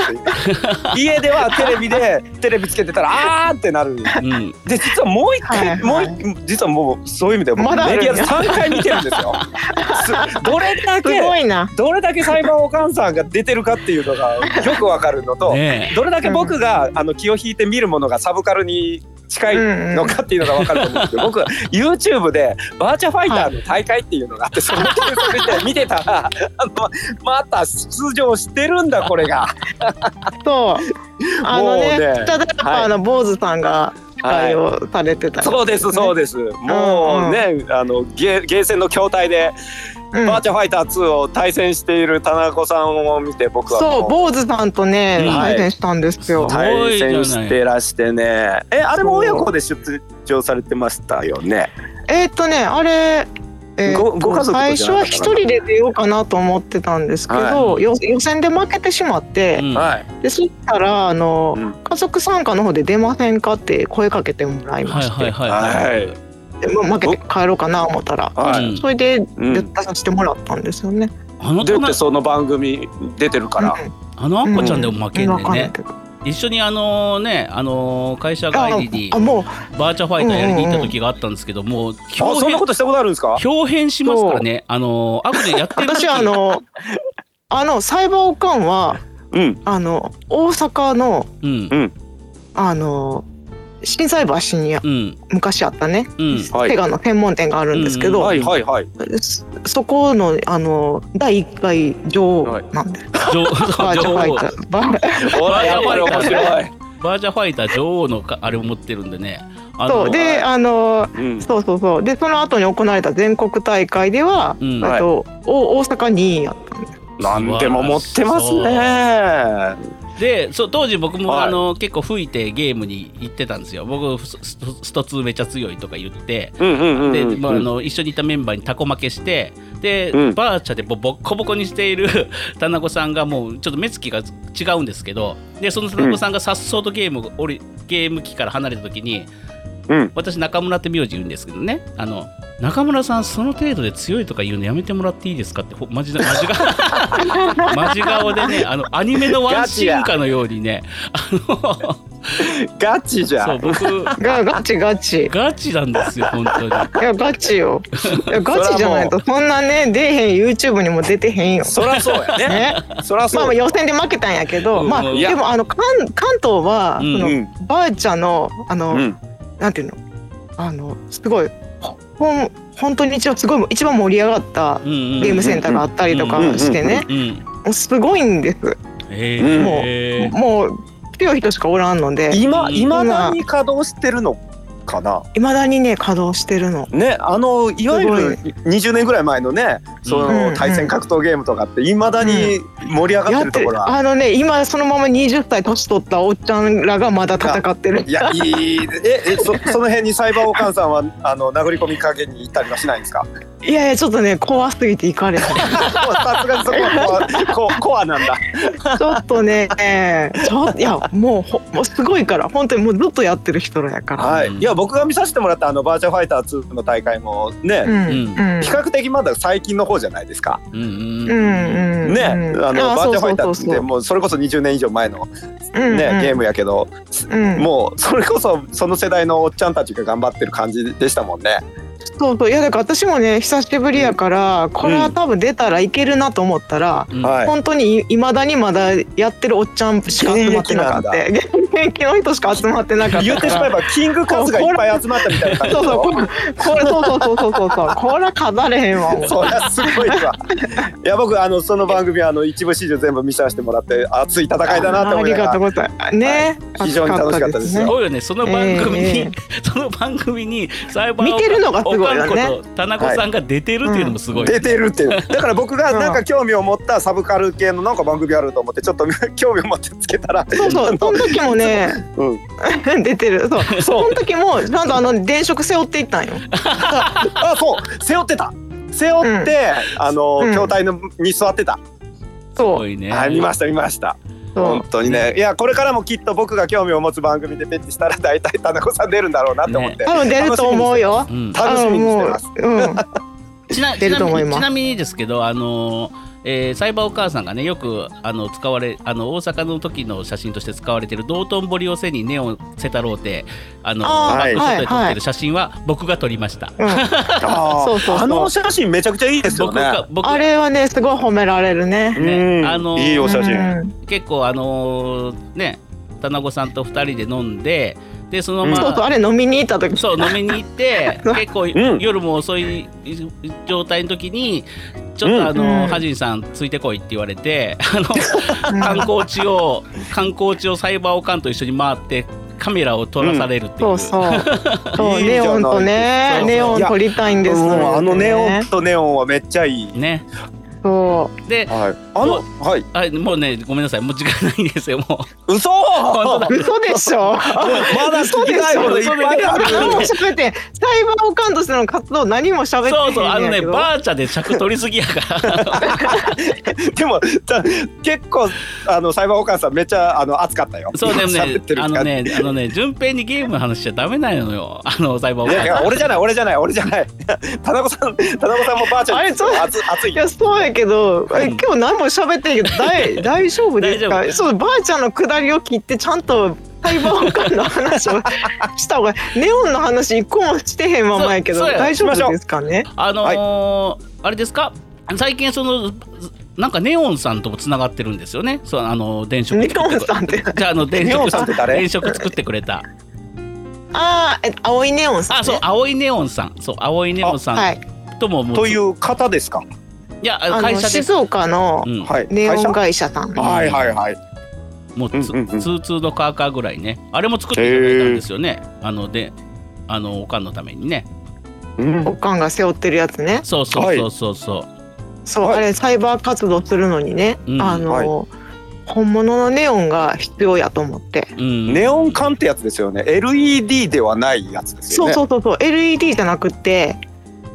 Speaker 5: っていう家ではテレビでテレビつけてたらあーってなる
Speaker 4: うん
Speaker 5: で実はもう一回、
Speaker 2: はいはい
Speaker 5: もう一実はもうそういう意味では僕
Speaker 2: まだあ
Speaker 5: メ
Speaker 2: るん
Speaker 5: ディ
Speaker 2: や
Speaker 5: ア3回見てるん ですよすどれだ
Speaker 2: すご
Speaker 5: け
Speaker 2: いな
Speaker 5: どれだけ裁判おかんさんが出てるかっていうのがよくわかるのと、
Speaker 4: ね
Speaker 5: どれだけ僕が、あの気を引いて見るものがサブカルに近い
Speaker 2: うんうん
Speaker 5: のかっていうのがわかると思うんですけど、僕 YouTube でバーチャファイターの大会っていうのがあって、その検索で見てたら あのまた出場してるんだこれが。
Speaker 2: そうあの
Speaker 5: もう
Speaker 2: ね
Speaker 5: ね
Speaker 2: 北田パーの坊主さんが対
Speaker 5: はい
Speaker 2: 応されてた、
Speaker 5: そうですそうです、もうね、あのゲーゲーセンの筐体で、
Speaker 2: うん
Speaker 5: バーチャファイター2を対戦している田中さんを見て僕はも
Speaker 2: そう坊主さんとね
Speaker 4: うん
Speaker 2: 対戦したんですよ、
Speaker 4: は
Speaker 5: 対戦してらしてねえあれも親子で出場されてましたよね
Speaker 2: えーっとねあれえーっと
Speaker 5: ごご家族とじゃなかったかな
Speaker 2: 最初は一人で出ようかなと思ってたんですけど、よ予選で負けてしまって
Speaker 4: う、ん
Speaker 5: はい
Speaker 2: でそしたらあの、
Speaker 5: うん
Speaker 2: 家族参加の方で出ませんかって声かけてもらいま
Speaker 4: はい
Speaker 2: して、
Speaker 4: はいはいはい、
Speaker 5: はい
Speaker 2: でまあ負けて帰ろうかな思ったら、
Speaker 5: はい、
Speaker 4: うん
Speaker 2: それで
Speaker 5: うん
Speaker 2: 出させてもらったんですよね。
Speaker 4: あの
Speaker 5: だ
Speaker 4: と
Speaker 5: ってその番組出てるから、
Speaker 4: あのあんこちゃんでも負けんね
Speaker 2: わ
Speaker 4: ん
Speaker 2: かんない
Speaker 4: ね、
Speaker 2: けど。
Speaker 4: 一緒にあのねあのー会社
Speaker 2: あ
Speaker 4: 帰りに
Speaker 2: あもう
Speaker 4: バーチャファイターやりに行った時があったんですけどもう
Speaker 5: あそんなことしたことあるんですか
Speaker 4: 表変しますからねあのーあこちゃんやってる時
Speaker 2: 私は あのあのサイバーオカンは
Speaker 5: うん
Speaker 2: あの大阪の
Speaker 4: うん
Speaker 5: うん
Speaker 2: あの心斎橋に
Speaker 4: うん
Speaker 2: 昔あったね、
Speaker 4: うん
Speaker 5: はい
Speaker 2: ペガの専門店があるんですけど、
Speaker 4: うん
Speaker 5: はいはいはい。
Speaker 2: そそこのあの第1回女王なんで、
Speaker 4: 女王
Speaker 2: バーチャ
Speaker 4: 女
Speaker 2: フ
Speaker 4: 王
Speaker 2: ァイターバー
Speaker 5: ほらやっぱり面白い。
Speaker 4: バージャファイター女王のかあれを持ってるんでねあの
Speaker 2: そうであの
Speaker 5: うん。
Speaker 2: そうそうそうでその後に行われた全国大会では、
Speaker 4: うん
Speaker 2: あとお大阪にやったんです
Speaker 5: なんでも持ってます
Speaker 4: そう
Speaker 5: ね。
Speaker 4: でそう当時僕も、
Speaker 5: はい
Speaker 4: あの結構吹いてゲームに行ってたんですよ僕スススト2めちゃ強いとか言って
Speaker 5: うんうんうん
Speaker 4: で、
Speaker 5: うん。
Speaker 4: まあ、あの一緒にいたメンバーにタコ負けしてで、
Speaker 5: うん
Speaker 4: バーチャでボボッコボコにしている 田中さんがもうちょっと目つきが違うんですけどでその田中さんがさっそうとゲームを降りゲーム機から離れた時に
Speaker 5: うん
Speaker 4: 私中村って名字言うんですけどねあの中村さんその程度で強いとか言うのやめてもらっていいですかってほマジなマジが マジ顔でねあのアニメのワンシーンかのようにねあの
Speaker 5: ガチじゃ。
Speaker 4: そうん僕
Speaker 2: がガチガチ
Speaker 4: ガチなんですよ本当に。
Speaker 2: いやガチよいやガチじゃないとそんなね出えへん YouTube にも出てへんよ。
Speaker 5: そらそうやね。
Speaker 2: ね、
Speaker 5: そら
Speaker 2: まあま
Speaker 5: そ
Speaker 2: あ
Speaker 5: う。
Speaker 2: 予選で負けたんやけど、
Speaker 4: うん
Speaker 2: まあ
Speaker 4: い
Speaker 5: や
Speaker 2: でもあの関関東は、
Speaker 4: うん
Speaker 2: その
Speaker 5: うん
Speaker 2: ばあちゃんのあの、
Speaker 5: うん。
Speaker 2: なんていうのあのすごいほほん本当に一番すごい一番盛り上がった
Speaker 4: うんうん
Speaker 2: ゲームセンターがあったりとかしてね、
Speaker 4: うん
Speaker 2: もうすごいんです。
Speaker 4: え
Speaker 5: うん
Speaker 4: ー、
Speaker 2: もう強い人しかおらんので、
Speaker 5: 今
Speaker 4: うん
Speaker 5: いまだに稼働してるのかな。
Speaker 2: いまだにね稼働してるの。
Speaker 5: ね、あのいわゆる
Speaker 2: す
Speaker 5: 20年ぐらい前のね、そ
Speaker 2: うん
Speaker 5: の対戦格闘ゲームとかっていまだに盛り上がってるところは。
Speaker 2: あのね今そのまま20歳年取ったおっちゃんらがまだ戦ってる。
Speaker 5: いや、いい、え、え、そ、その辺にサイバーおかんさんは、あの、殴り込み加減に行ったりはしないんですか。
Speaker 2: いやいやちょっとね怖すぎていかれた。
Speaker 5: もうさすがにそこはコア、こ、コアなんだ。
Speaker 2: ちょっとね、えーちょいやもうほもうすごいから本当にもうずっとやってる人らやから。
Speaker 5: はい、いや、僕が見させてもらった、あの、バーチャファイター2の大会も、
Speaker 2: う
Speaker 5: ね。
Speaker 2: ん
Speaker 4: うん
Speaker 2: うん
Speaker 5: 比較的まだ最近の方じゃないですか。
Speaker 4: うんうん
Speaker 2: うんうん
Speaker 5: ね、あ
Speaker 2: うん
Speaker 5: のバーチャファイタ
Speaker 2: そう
Speaker 5: ー
Speaker 2: そう
Speaker 5: って
Speaker 2: そう
Speaker 5: もうそれこそ20年以上前のね
Speaker 2: そううんうん
Speaker 5: ゲームやけど、
Speaker 2: うん
Speaker 5: もうそれこそその世代のおっちゃんたちが頑張ってる感じでしたもんね。
Speaker 2: そうそういやだから私もね久しぶりやから、これは多分出たらいけるなと思ったら、
Speaker 4: うん
Speaker 5: はい。
Speaker 2: 本当にいまだにまだやってるおっちゃんしか集まってなかった
Speaker 5: 現
Speaker 2: 現役の人しか集まってなか ったから
Speaker 5: 言ってしまえばキングカズがいっぱい集まったみたいな感じ
Speaker 2: そうそうこ
Speaker 5: で
Speaker 2: れこれそうそうそうそうそうそうこれは飾れへんわもう
Speaker 5: しょ。そりゃすごいわ。 いや僕あのその番組あの一部始終全部見させてもらって熱い戦いだなと
Speaker 2: あ
Speaker 5: 思い
Speaker 2: り
Speaker 5: なが
Speaker 2: がとう
Speaker 5: ら。
Speaker 2: ございますね、
Speaker 5: はい非常に楽しかったです
Speaker 4: す
Speaker 5: よ
Speaker 4: ごいよねその番組に、
Speaker 2: え
Speaker 4: その番組にサイバー
Speaker 2: 見てるのがすごいよね
Speaker 4: おかんこと田中さんが出てるっていうのもすごい、
Speaker 5: 出てるっていうだから僕がなんか興味を持ったサブカル系のなんか番組あると思ってちょっと興味を持ってつけたら
Speaker 2: そうそうその時もね
Speaker 5: うん、
Speaker 2: 出てるそうそ
Speaker 5: そう
Speaker 2: の時もちゃんとあの電飾背負っていったんよ
Speaker 5: あそう背負ってた背負って、あの、
Speaker 2: うん
Speaker 5: 筐体のに座ってた、
Speaker 4: す
Speaker 2: そ
Speaker 4: ご
Speaker 2: う
Speaker 4: いね
Speaker 5: あ見ました見ました
Speaker 2: そ
Speaker 5: 本当にねいやこれからもきっと僕が興味を持つ番組でペッチしたら大体田中さん出るんだろうなって思って、
Speaker 2: う多分出ると思うよ
Speaker 4: うん
Speaker 5: 楽しみにしてます
Speaker 2: あのもううん
Speaker 4: ちな
Speaker 2: 出ると思います
Speaker 4: ちなみにちなみにですけどあのーえーサイバーお母さんがねよくあの使われあの大阪の時の写真として使われてる道頓堀を背にネオン瀬太郎ってあの
Speaker 2: あ
Speaker 4: バッ
Speaker 5: ー
Speaker 4: クショットで撮
Speaker 2: は
Speaker 4: っ
Speaker 2: いは
Speaker 4: て
Speaker 2: い
Speaker 4: る写真は僕が撮りました。
Speaker 2: うん
Speaker 5: あー
Speaker 2: そうそうそう
Speaker 5: あの写真めちゃくちゃいいですよ
Speaker 4: 僕
Speaker 5: ね
Speaker 4: が僕が
Speaker 2: あれはねすごい褒められるね。
Speaker 4: ね
Speaker 5: うん
Speaker 4: あの
Speaker 5: いいお写真、
Speaker 2: うん
Speaker 4: 結構あのーね田中さんと2人で飲んででその
Speaker 5: うん
Speaker 4: ま
Speaker 2: そうそう
Speaker 4: ま、
Speaker 2: あれ飲みに行った時
Speaker 4: そう飲みに行って 結構
Speaker 5: ん
Speaker 4: 夜も遅い状態の時にちょっ
Speaker 5: うん
Speaker 4: とあのー、
Speaker 2: うん
Speaker 4: ハジンさんついてこいって言われて あの
Speaker 2: うん
Speaker 4: 観光地 を観光地をサイバーオカンと一緒に回ってカメラを撮らされるっていう、
Speaker 2: そうそう。そう
Speaker 5: いいじ
Speaker 2: ネ
Speaker 5: ゃない
Speaker 2: オンと
Speaker 5: そう
Speaker 2: ね
Speaker 5: そう
Speaker 2: ネオン撮りたいんです。
Speaker 5: うんあのネオン。とネオンはめっちゃいい、
Speaker 4: ね
Speaker 2: そう
Speaker 4: で
Speaker 5: はいあのはい
Speaker 4: あもうねごめんなさいもう時間ないんですよもう
Speaker 5: 嘘
Speaker 4: 当だ
Speaker 2: 嘘でしょ。
Speaker 5: まだ聞きたいこといっぱいある
Speaker 2: 何も喋ってサイバーオカンとしての活動何も喋ってへん
Speaker 4: そうそうあのね
Speaker 2: ー
Speaker 4: バーチャで尺取りすぎやから
Speaker 5: でもた結構あのサイバーお母さんめっちゃあの熱かったよ
Speaker 4: そうでも
Speaker 5: 喋
Speaker 4: ね
Speaker 5: って、る
Speaker 4: あ
Speaker 5: 感じ
Speaker 4: のね、あのね、順平にゲームの話しちゃダメなのよ。あの、サイバー
Speaker 5: いやい
Speaker 4: オ
Speaker 5: や俺じゃない俺じゃない俺じゃない 田中さん田中さんもバーチャ
Speaker 2: あ
Speaker 5: ル
Speaker 2: れ
Speaker 5: に
Speaker 2: そう
Speaker 5: 熱熱い
Speaker 2: いやそうやけど、え
Speaker 4: うん
Speaker 2: 今日何も喋ってんけど 大大丈夫です
Speaker 4: 大
Speaker 2: かそうばあちゃんのくだりを切ってちゃんとサイバーオカンの話をし た方がネオンの話一個もしてへんままやけど
Speaker 4: そうそうや
Speaker 2: 大丈夫ですかね
Speaker 4: あのーあれですか最近その、なんかネオンさんともつながってるんですよね。そう、あの、電飾
Speaker 2: ネ
Speaker 4: 作
Speaker 2: オ
Speaker 4: っ
Speaker 2: ン
Speaker 4: てくれ
Speaker 2: さんって
Speaker 4: じゃあ、あの、電
Speaker 5: ネオ
Speaker 4: 飾
Speaker 5: ンさんって誰
Speaker 4: 電飾作ってくれた。
Speaker 2: ああ、えっと、青いネオンさん、ね。
Speaker 4: あそう青いネオンさんそう青いネオンさん
Speaker 2: はい。
Speaker 4: ともも
Speaker 5: という方ですか。
Speaker 4: いや
Speaker 2: あ
Speaker 4: 会
Speaker 2: の
Speaker 4: 社で
Speaker 2: 静岡の
Speaker 4: うん
Speaker 5: はい。
Speaker 2: ネオン
Speaker 5: 会
Speaker 2: 会社さん。
Speaker 5: 社。はいはいはい。
Speaker 4: もうつ、
Speaker 5: うんうんうん
Speaker 4: ツーツーのカーカーぐらいねあれも作っていただいたんですよねあのであのおかんのためにね
Speaker 5: うん
Speaker 2: おかんが背負ってるやつね。
Speaker 4: そうそうそうそうそう、
Speaker 2: そう、
Speaker 5: はい
Speaker 2: あれサイバー活動するのにね、
Speaker 4: うん
Speaker 2: あの、
Speaker 5: はい
Speaker 2: 本物のネオンが必要やと思って。
Speaker 4: うん
Speaker 5: ネオン管ってやつですよね。LED ではないやつですよ
Speaker 2: そう
Speaker 5: ね。
Speaker 2: そううそうそう、LED じゃなくて、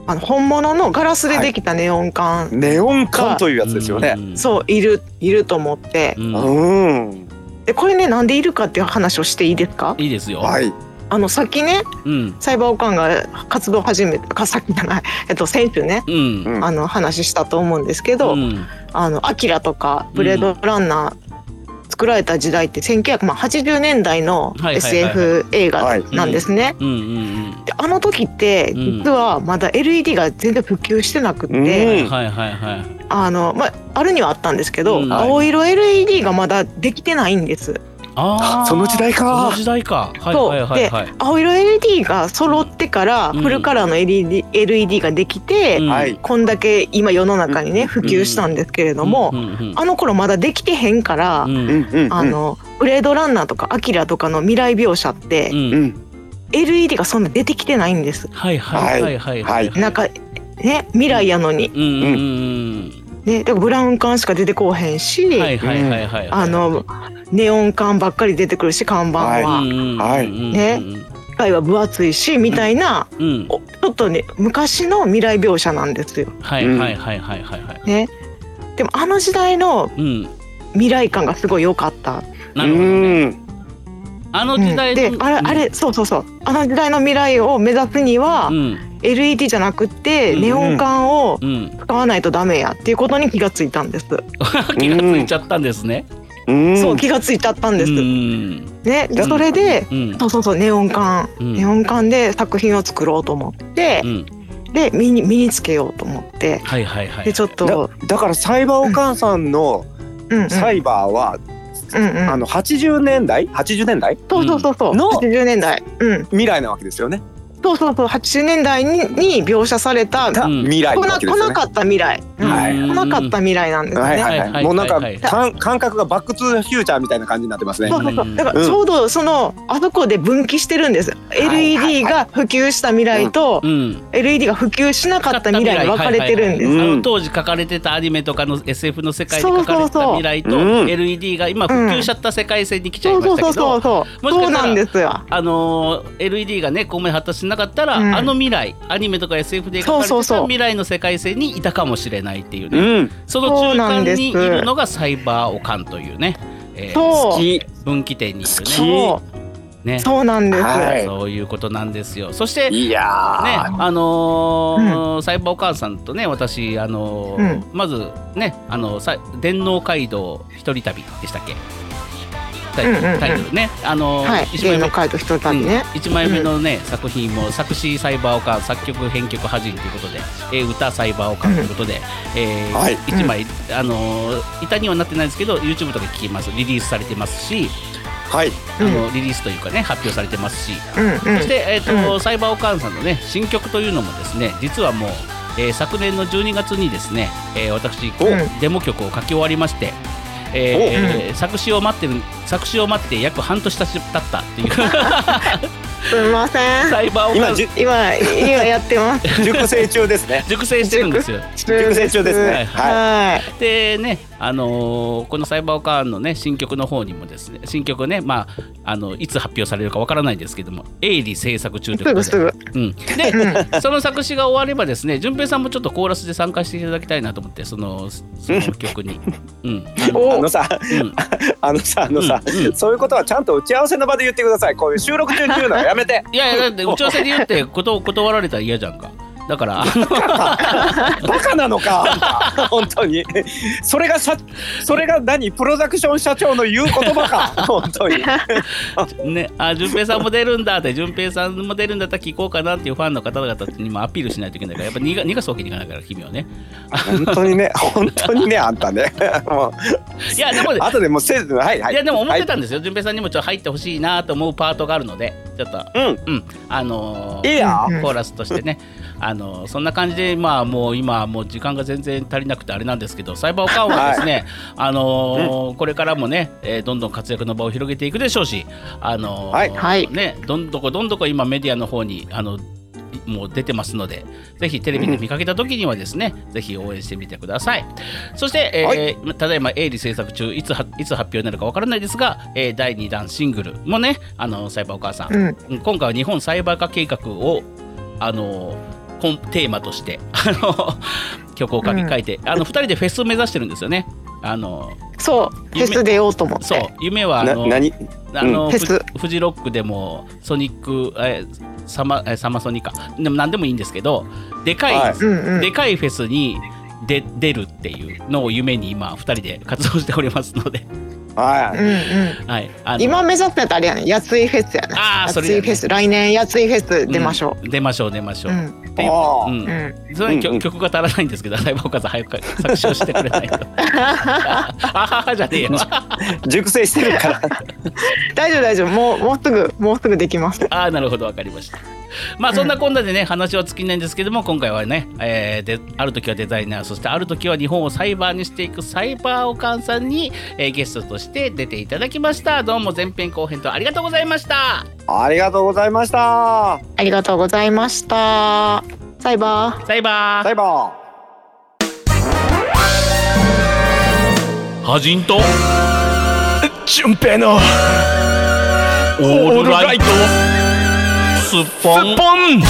Speaker 2: あの本物のガラスでできたネオン管、
Speaker 5: ネオン管というやつですよね
Speaker 4: う。ん
Speaker 2: そういるいると思って
Speaker 4: う。
Speaker 5: うんん。
Speaker 2: でこれねなんでいるかっていう話をしていいですか？
Speaker 4: いいですよ、
Speaker 5: はい。
Speaker 2: あのさっきね
Speaker 4: うん
Speaker 2: サイバーオカンが活動を始めたかさっきじゃない えっと先週ね。
Speaker 4: うん
Speaker 5: うん
Speaker 2: あの話したと思うんですけど、
Speaker 4: うん
Speaker 2: あのアキラとかブレードランナー作られた時代って1980年代の
Speaker 4: はいはいはい
Speaker 2: SF 映画なんですね。
Speaker 4: うんうん
Speaker 2: であの時って
Speaker 4: うん
Speaker 2: 実はまだ LED が全然普及してなく
Speaker 4: う
Speaker 2: て、
Speaker 4: んはいはいはい
Speaker 2: あのまああるにはあったんですけど、
Speaker 4: うん
Speaker 2: 青色 LED がまだできてないんです。
Speaker 4: あー
Speaker 5: その時代か
Speaker 4: その時代かはい
Speaker 2: そう
Speaker 4: はいはいはい
Speaker 2: 青色 LED が揃ってから
Speaker 4: うん
Speaker 2: フルカラーの LED, LED ができて、
Speaker 4: うん
Speaker 5: はい。
Speaker 2: こんだけ今世の中にね普及したんですけれども、
Speaker 4: うんうん
Speaker 2: あの頃まだできてへんから。
Speaker 4: うん
Speaker 5: うんうんうん。
Speaker 2: あのブレードランナーとかアキラとかの未来描写って
Speaker 4: う、ん
Speaker 5: うん。
Speaker 2: LED がそんな出てきてないんです。
Speaker 4: はいはいはいはいはい
Speaker 5: は
Speaker 2: なんかね未来やのに、
Speaker 4: うんうんうん
Speaker 2: ね、でブラウン管しか出てこうへんし、
Speaker 4: うんはいはいはいはい
Speaker 2: あのネオン管ばっかり出てくるし看板は、
Speaker 5: は
Speaker 4: うんうんうん
Speaker 5: はい
Speaker 2: ね機械は分厚いしみたいな、
Speaker 4: うん
Speaker 2: おちょっとね昔の未来描写なんですよ。
Speaker 4: はいはいはいはいはいはい
Speaker 2: ね、でもあの時代の
Speaker 4: うん
Speaker 2: 未来感がすごい良かった。
Speaker 4: なるほどね
Speaker 5: うん
Speaker 4: あの
Speaker 2: うん
Speaker 4: 時代
Speaker 2: で
Speaker 4: の
Speaker 2: あれ
Speaker 4: うん
Speaker 2: あれそうそうそうあの時代の未来を目指すには、
Speaker 4: うん
Speaker 2: LED じゃなくて
Speaker 4: うん
Speaker 2: ネオン管を
Speaker 4: うん
Speaker 2: 使わないとダメやっていうことに気がついたんです。
Speaker 4: 気がついちゃったんですね
Speaker 5: うん。
Speaker 2: そう気がついちゃったんです。
Speaker 4: うん
Speaker 2: ね、で
Speaker 5: うん
Speaker 2: それで、
Speaker 4: うん
Speaker 2: そうそうそうネオン管、
Speaker 4: うん
Speaker 2: ネオン管で作品を作ろうと思って
Speaker 4: う、ん
Speaker 2: で身に身につけようと思って、
Speaker 4: はいはいはい
Speaker 2: でちょっと、
Speaker 5: だだからサイバーお母さんの
Speaker 2: うんうん、
Speaker 5: サイバーは、
Speaker 2: うんうん、
Speaker 5: あの80年代80年代
Speaker 2: そうそうそうそう、
Speaker 5: の
Speaker 2: 80年代、うん、
Speaker 5: 未来なわけですよね。
Speaker 2: そうそうそう80年代にに描写された、
Speaker 5: が
Speaker 4: うん
Speaker 5: 未来
Speaker 2: 来
Speaker 5: な
Speaker 2: な
Speaker 5: わけで
Speaker 2: 来
Speaker 5: すよ
Speaker 2: な
Speaker 5: ね。
Speaker 2: かった未来、
Speaker 5: うん
Speaker 2: 来
Speaker 5: はい
Speaker 2: なかった未来なんですね。
Speaker 5: はいはい
Speaker 4: は
Speaker 5: はいい
Speaker 4: は
Speaker 5: はいい。もうなんか
Speaker 4: はいはい
Speaker 5: 感感覚がバックトゥザフューチャーみたいな感じになってますね
Speaker 2: そ。うそうそううんだからちょうどそのあそこで分岐してるんです、LED が普及した未来と、
Speaker 4: うん
Speaker 2: LED が普及しなかった未来に分かれてるんです、
Speaker 5: うん
Speaker 4: あの当時書かれてたアニメとかの SF の世界で書かれてた未来と
Speaker 5: そうそうそううん
Speaker 4: LED が今普及しちゃった世界線に来ちゃい
Speaker 2: そう
Speaker 4: ま
Speaker 2: そ
Speaker 4: し
Speaker 2: う
Speaker 4: た
Speaker 2: そう
Speaker 4: け
Speaker 2: そ
Speaker 4: ど
Speaker 2: うそう
Speaker 4: もしかしたら
Speaker 2: そうなんですよ
Speaker 4: あのー LED がねここまで発達しなかったら、
Speaker 2: うん
Speaker 4: あの未来アニメとか SF で書かれ
Speaker 2: そ
Speaker 4: て
Speaker 2: うそう
Speaker 4: た
Speaker 2: そう
Speaker 4: 未来の世界線にいたかもしれないっていう
Speaker 5: う
Speaker 4: ね
Speaker 5: ん。
Speaker 4: その
Speaker 2: そ
Speaker 4: 中
Speaker 2: うなん
Speaker 4: 間
Speaker 2: です
Speaker 4: にいるのがサイバーオカンというね、えー
Speaker 2: そう
Speaker 5: 好き。
Speaker 4: 分岐点にいる
Speaker 5: 好
Speaker 2: そう
Speaker 4: ねねそ
Speaker 2: そうなんです、
Speaker 5: は
Speaker 4: う
Speaker 5: い
Speaker 4: いうことなんですよそして
Speaker 5: い
Speaker 4: ね
Speaker 5: や
Speaker 4: あのーサイバーお母さんとね私、あのーまずねあのさ電脳街道一人旅でしたっけタイトル,、
Speaker 2: うんうんうん
Speaker 4: タイトルね、あのー
Speaker 2: はい
Speaker 4: 一枚
Speaker 2: 芸
Speaker 4: 目
Speaker 2: 能界と人旅ね、
Speaker 4: うん、1枚目のね、作品も作詞サイバーオカン作曲編曲歌人ということで、えー歌サイバーオカンということで、えー
Speaker 5: はい
Speaker 4: 1枚、あのー板にはなってないんですけど YouTube とか聞きますリリースされてますし、
Speaker 5: ーはい。
Speaker 4: あのリリースというかね発表されてますし
Speaker 2: うんうん
Speaker 4: そして、えーと
Speaker 2: う
Speaker 4: サイバーオカンさんの、ね、新曲というのもですね実はもう、えー昨年の12月にですね、えー私こう
Speaker 2: うん
Speaker 4: デモ曲を書き終わりまして、えー作詞を待ってる作詞を待って約半年経ち経ったっていう
Speaker 2: すみません
Speaker 4: サイバーオカ
Speaker 5: 今
Speaker 4: ン。
Speaker 5: じゅ
Speaker 2: 今今やって ます
Speaker 5: 熟成中ですね
Speaker 4: 熟成してるんですよ。
Speaker 5: 熟成中です
Speaker 4: はい
Speaker 5: ね。は
Speaker 2: はい
Speaker 4: でね、あのーこのサイバーオカーンのね新曲の方にもですね新曲ねまああのいつ発表されるかわからないですけども鋭利制作中という
Speaker 2: す
Speaker 4: こと
Speaker 2: ぐ
Speaker 4: です
Speaker 2: ぐ
Speaker 4: うん、 でその作詞が終わればですね順平さんもちょっとコーラスで参加していただきたいなと思ってそのその曲に。うんあの
Speaker 5: い。あ
Speaker 2: お
Speaker 5: のさ、
Speaker 4: うん
Speaker 5: あのさ、あのさ
Speaker 4: うんうん、
Speaker 5: そういうことはちゃんと打ち合わせの場 で言ってください。こういう収録中に言うのはやめて。
Speaker 4: いやいやだって打ち合わせで言ってこと断られたら嫌じゃんか。だ から
Speaker 5: バカなのかあんた本当にそれが社それが何プロダクション社長の言う言葉か本当 に
Speaker 4: ね、あ、淳平さんも出るんだって、淳平さんも出るんだったら聞こうかなっていうファンの方々にもアピールしないといけないから、やっぱ 逃が逃がすわけにいかないから、君はね。
Speaker 5: 本当にね本当にねあんたねもう
Speaker 4: いや、で もね、
Speaker 5: あとでもうせずはいはい
Speaker 4: い、やでも思ってたんですよ、淳平さんにもちょっと入ってほしいなと思うパートがあるので、ちょっと、
Speaker 5: うん
Speaker 4: うん、あのー
Speaker 5: いいや
Speaker 2: うん
Speaker 4: コーラスとしてね、あのーそんな感じで、まあ、もう今、もう時間が全然足りなくてあれなんですけど、サイバーオカオはですね、あのーこれからもね、えーどんどん活躍の場を広げていくでしょうし、あのー
Speaker 5: はい
Speaker 2: はい
Speaker 4: ね、どんどこどんどこ今、メディアの方に、あのもう出てますので、ぜひテレビで見かけた時にはですね、ぜひ応援してみてください。そして、えー
Speaker 5: は
Speaker 4: ただいま鋭利制作中いつはいつ発表になるかわからないですが、えー第2弾シングルもねあのサイバーお母さん、
Speaker 2: うん
Speaker 4: うん今回は日本サイバー化計画をあのコンテーマとして あの曲を書き
Speaker 2: うん
Speaker 4: 書いて、あの2人でフェスを目指してるんですよね。あの
Speaker 2: そうフ
Speaker 4: 夢
Speaker 2: ェス出ようと思って
Speaker 4: そう夢はあ
Speaker 5: な
Speaker 4: の
Speaker 5: 何
Speaker 4: あの、
Speaker 2: うん
Speaker 4: フ
Speaker 2: フェ
Speaker 4: ジフジロックでもソニックえーサマえーサマソニかでも何でもいいんですけどでかい、
Speaker 5: はい
Speaker 2: うんうん
Speaker 4: でかいフェスにで出るっていうのを夢に今2人で活動しておりますので、
Speaker 5: は
Speaker 2: うんうん
Speaker 4: はい、あの
Speaker 2: 今目指すやつあれやねやついフェスやね
Speaker 4: あー
Speaker 2: や
Speaker 4: そ
Speaker 2: つ
Speaker 4: れだね
Speaker 2: いフェス来年やついフェス出ましょ
Speaker 4: うん出ましょう出ましょ
Speaker 2: う
Speaker 4: う、
Speaker 2: う
Speaker 4: うん
Speaker 5: いあ
Speaker 4: ん
Speaker 5: ー
Speaker 4: それに曲,、
Speaker 5: うんうん
Speaker 4: 曲が足らないんですけど、相葉岡さん、早く作詞をしてくれないと。あははじゃねえよ。
Speaker 5: 熟成して るから
Speaker 2: 大丈夫大丈夫もうもうすぐもうすぐできます
Speaker 4: ああ、なるほど、わかりました。まあ、そんなこんなでね、話は尽きないんですけども、今回はね、えーで、ある時はデザイナー、そしてある時は日本をサイバーにしていくサイバーおかんさんに、えーゲストとして出ていただきました。どうも前編後編とありがとうございました。
Speaker 5: ありがとうございました
Speaker 2: ありがとうございましたサイバー
Speaker 4: サイバー
Speaker 5: バ。イバー
Speaker 4: はじんと、
Speaker 1: 純平の
Speaker 4: オ
Speaker 1: ールライト
Speaker 4: スッ
Speaker 1: スッポン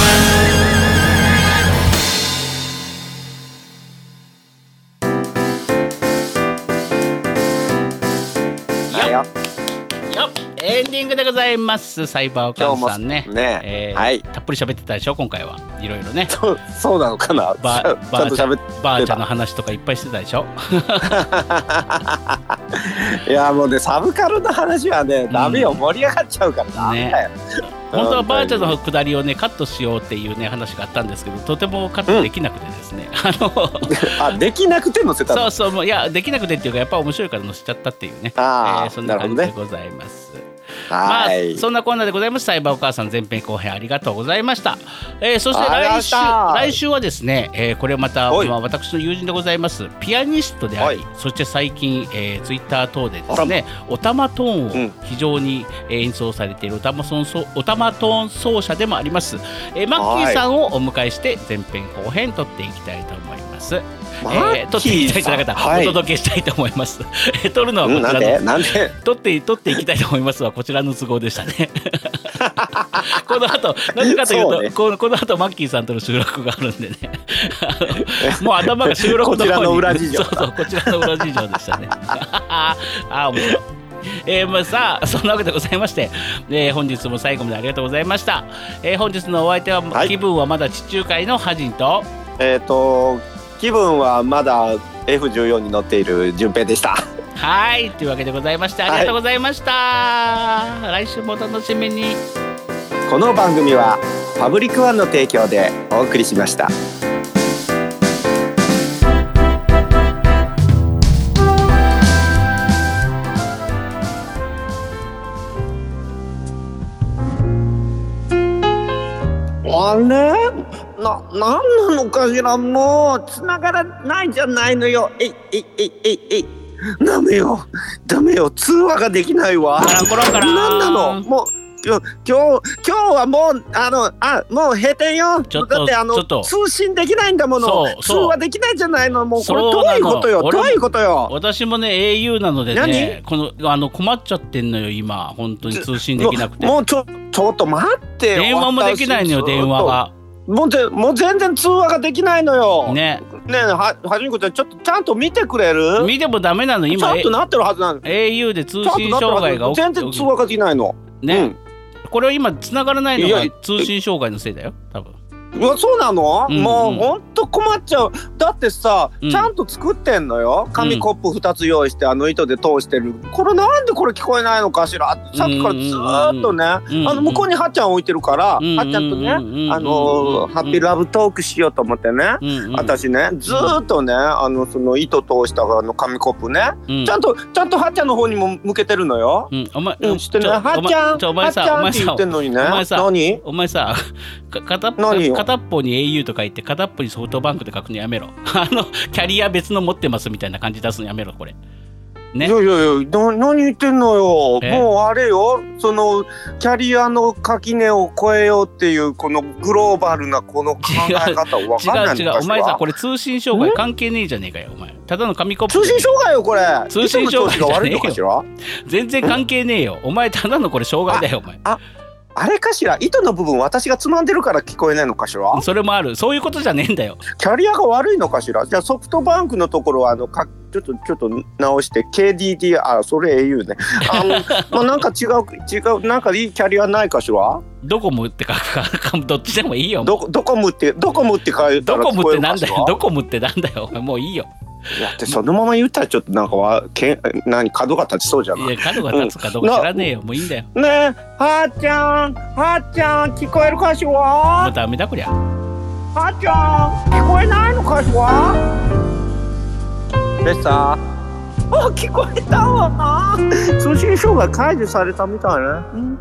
Speaker 4: やよっエンディングでございます。サイバーおかんさんね。
Speaker 5: 今日もね
Speaker 4: えー
Speaker 5: はい
Speaker 4: たっぷり喋ってたでしょ、今回は。いろいろね。
Speaker 5: そうそうなのかな
Speaker 4: ば
Speaker 5: ちゃんちゃんと喋っ
Speaker 4: ばあちゃんの話とかいっぱいしてたでしょ。
Speaker 5: ていやもうねサブカルの話はねダメよ盛り上がっちゃうからダメだよ
Speaker 4: 本当はばあちゃんの下りをねカットしようっていうね話があったんですけどとてもカットできなくてです ね、あの
Speaker 5: あできなくてのせた
Speaker 4: そ
Speaker 5: の
Speaker 4: うそうもういやできなくてっていうかやっぱ面白いから載せちゃったっていうね
Speaker 5: あー
Speaker 4: えーそんな
Speaker 5: なる
Speaker 4: 感
Speaker 5: ほ
Speaker 4: じでご
Speaker 5: どね
Speaker 4: ざいます。まあ
Speaker 5: は、い
Speaker 4: そんなこんなでございます。サイバーお母さん前編後編ありがとうございました。えーそして
Speaker 5: ありがとうございま
Speaker 4: 来
Speaker 5: し
Speaker 4: 週
Speaker 5: た
Speaker 4: 来週はですね、えーこれまた、
Speaker 5: はい
Speaker 4: まあ、私の友人でございますピアニストであり、
Speaker 5: はい
Speaker 4: そして最近、えツイッター Twitter 等でですねおたまトーンを非常にえー演奏されているおたまソンソおたまトーン奏者でもあります、えーマッキーさんをお迎えして前編後編撮っていきたいと思います。えー撮っていきたいという方、
Speaker 5: はい
Speaker 4: お届けしたいと思います。えー撮るのはこ
Speaker 5: う
Speaker 4: ち
Speaker 5: んなん
Speaker 4: らの
Speaker 5: でなんで
Speaker 4: 取って取っていきたいと思いますはこちらの都合でしたね。 この後なぜかという
Speaker 5: そ
Speaker 4: と
Speaker 5: うね
Speaker 4: このこの後マッキーさんとの収録があるんで ねあのもう頭が収録
Speaker 5: こちらの裏事情
Speaker 4: そうそうこちらの裏事情でしたね。 あー面白いえーまあ、さあそんなわけでございまして、えー本日も最後までありがとうございました、えー本日のお相手は、
Speaker 5: はい
Speaker 4: 気分はまだ地中海のハジンと
Speaker 5: えっと気分はまだ F14 に乗っている順平でした
Speaker 4: はいというわけでございましてありがとうございました、来週もお楽しみに
Speaker 5: この番組はパブリックワンの提供でお送りしましたあれな、なんなのかしらもう繋がらないじゃないのよえいえいえいえいえいダメよダメよ通話ができないわ
Speaker 4: コロンコロンコロン
Speaker 5: なんなのもうよ今日今日はもうあのあもう閉店よ
Speaker 4: ちょっと
Speaker 5: だって
Speaker 4: ち
Speaker 5: あ
Speaker 4: ょ
Speaker 5: の
Speaker 4: っと
Speaker 5: 通信できないんだもの
Speaker 4: そうそう
Speaker 5: 通話できないじゃないのもうこれ
Speaker 4: そ
Speaker 5: ど
Speaker 4: うな
Speaker 5: う
Speaker 4: の
Speaker 5: いうことよ
Speaker 4: 俺も
Speaker 5: どういうことよ
Speaker 4: 私もね au なのでねこのあの困っちゃってんのよ今本当に通信できなくて
Speaker 5: もうもうちょちょっと待ってよ
Speaker 4: 電話もできないのよ
Speaker 5: 私
Speaker 4: 電話が
Speaker 5: もうぜもう全然通話ができないのよね
Speaker 4: ね
Speaker 5: えねえははじめこちゃんちょっとちゃんと見てくれる
Speaker 4: 見てもダメなの
Speaker 5: ち
Speaker 4: 今
Speaker 5: ゃんとなってるはずなの
Speaker 4: au で通
Speaker 5: ちゃんと
Speaker 4: 信
Speaker 5: なってる
Speaker 4: 障害が
Speaker 5: はず
Speaker 4: 起
Speaker 5: 全
Speaker 4: き
Speaker 5: 然通話ができないの
Speaker 4: ね、
Speaker 5: うん
Speaker 4: これは今繋がらないの
Speaker 5: い
Speaker 4: が
Speaker 5: や
Speaker 4: 通信障害のせいだよ多分
Speaker 5: うわそうなの、
Speaker 4: うんうん
Speaker 5: もうほんと困っちゃうだってさ、
Speaker 4: うん
Speaker 5: ちゃんと作ってんのよ紙コップ2つ用意してあの糸で通してるこれなんでこれ聞こえないのかしらってさっきからずーっとね、
Speaker 4: うんうんうん
Speaker 5: あの向こうにはっちゃん置いてるから、
Speaker 4: うんうんうん
Speaker 5: はっちゃんとね、
Speaker 4: うん
Speaker 5: あのーハッピーラブトークしようと思ってね、
Speaker 4: うんうん、
Speaker 5: 私ねずーっとねあのその糸通したあの紙コップね、
Speaker 4: うん
Speaker 5: ちゃんとちゃんとはっちゃんの方にも向けてるのよ。
Speaker 4: うん、お前、
Speaker 5: うん、知ってる
Speaker 4: ちょ
Speaker 5: はっちゃん、
Speaker 4: お前
Speaker 5: はっち
Speaker 4: ちょ
Speaker 5: ゃ
Speaker 4: お
Speaker 5: んっ
Speaker 4: 前さ、
Speaker 5: て言
Speaker 4: お
Speaker 5: って
Speaker 4: 前
Speaker 5: ん
Speaker 4: さ、
Speaker 5: のにね。
Speaker 4: お前さお
Speaker 5: 何？
Speaker 4: 前さ、 か片っぽ
Speaker 5: 何よ
Speaker 4: 片っぽに au と書いて、片っぽにソフトバンクで書くのやめろ。 あの、キャリア別の持ってますみたいな感じ出すのやめろ、これ。ね
Speaker 5: いやいやいや、な何言ってんのよ。
Speaker 4: え
Speaker 5: もうあれよ、そのキャリアの垣根を越えようっていうこのグローバルなこの考え方わ
Speaker 4: 違
Speaker 5: かんな
Speaker 4: う
Speaker 5: い
Speaker 4: 違
Speaker 5: の
Speaker 4: う、
Speaker 5: か
Speaker 4: お
Speaker 5: し
Speaker 4: 前さ
Speaker 5: ら、。
Speaker 4: これ通信障害関係ねえじゃねえかよ、お前。ただの紙コップ
Speaker 5: 通
Speaker 4: で
Speaker 5: 信障害よこれ。
Speaker 4: 通信障害
Speaker 5: いつも調子が悪いのかしら？
Speaker 4: 全然関係ねえよ。お前、ただのこれ障害だよ、お前。
Speaker 5: あれかしら糸の部分私がつまんでるから聞こえないのかしら
Speaker 4: それもある。そういうことじゃねえんだよ。
Speaker 5: キャリアが悪いのかしらじゃあソフトバンクのところはあのかちょっとちょっと直して KDD あそれ au ねあの まあなんか違う違うなんかいいキャリアないかしら
Speaker 4: ドコモって書くか、 どっちでもいいよ。お前
Speaker 5: どドコモってドコモって書いた
Speaker 4: ド
Speaker 5: ら
Speaker 4: コ
Speaker 5: 聞
Speaker 4: モっ
Speaker 5: こ
Speaker 4: て
Speaker 5: える
Speaker 4: な
Speaker 5: か
Speaker 4: ん
Speaker 5: し
Speaker 4: だ
Speaker 5: ら
Speaker 4: よ。ドコモってなんだよ。お前もういいよ。
Speaker 5: いやってそのまま言ったらちょっとなんかわけ何角が立ちそうじゃない
Speaker 4: いや、角が立つかどうか知らねえよ。もういいんだよ。
Speaker 5: ねえはーちゃんはーちゃん聞こえるかしら
Speaker 4: もう
Speaker 5: は
Speaker 4: ダメだこりゃ。
Speaker 5: ーちゃん聞こえないのかしらでさあ聞こえたわ通信障害解除されたみたいね、うん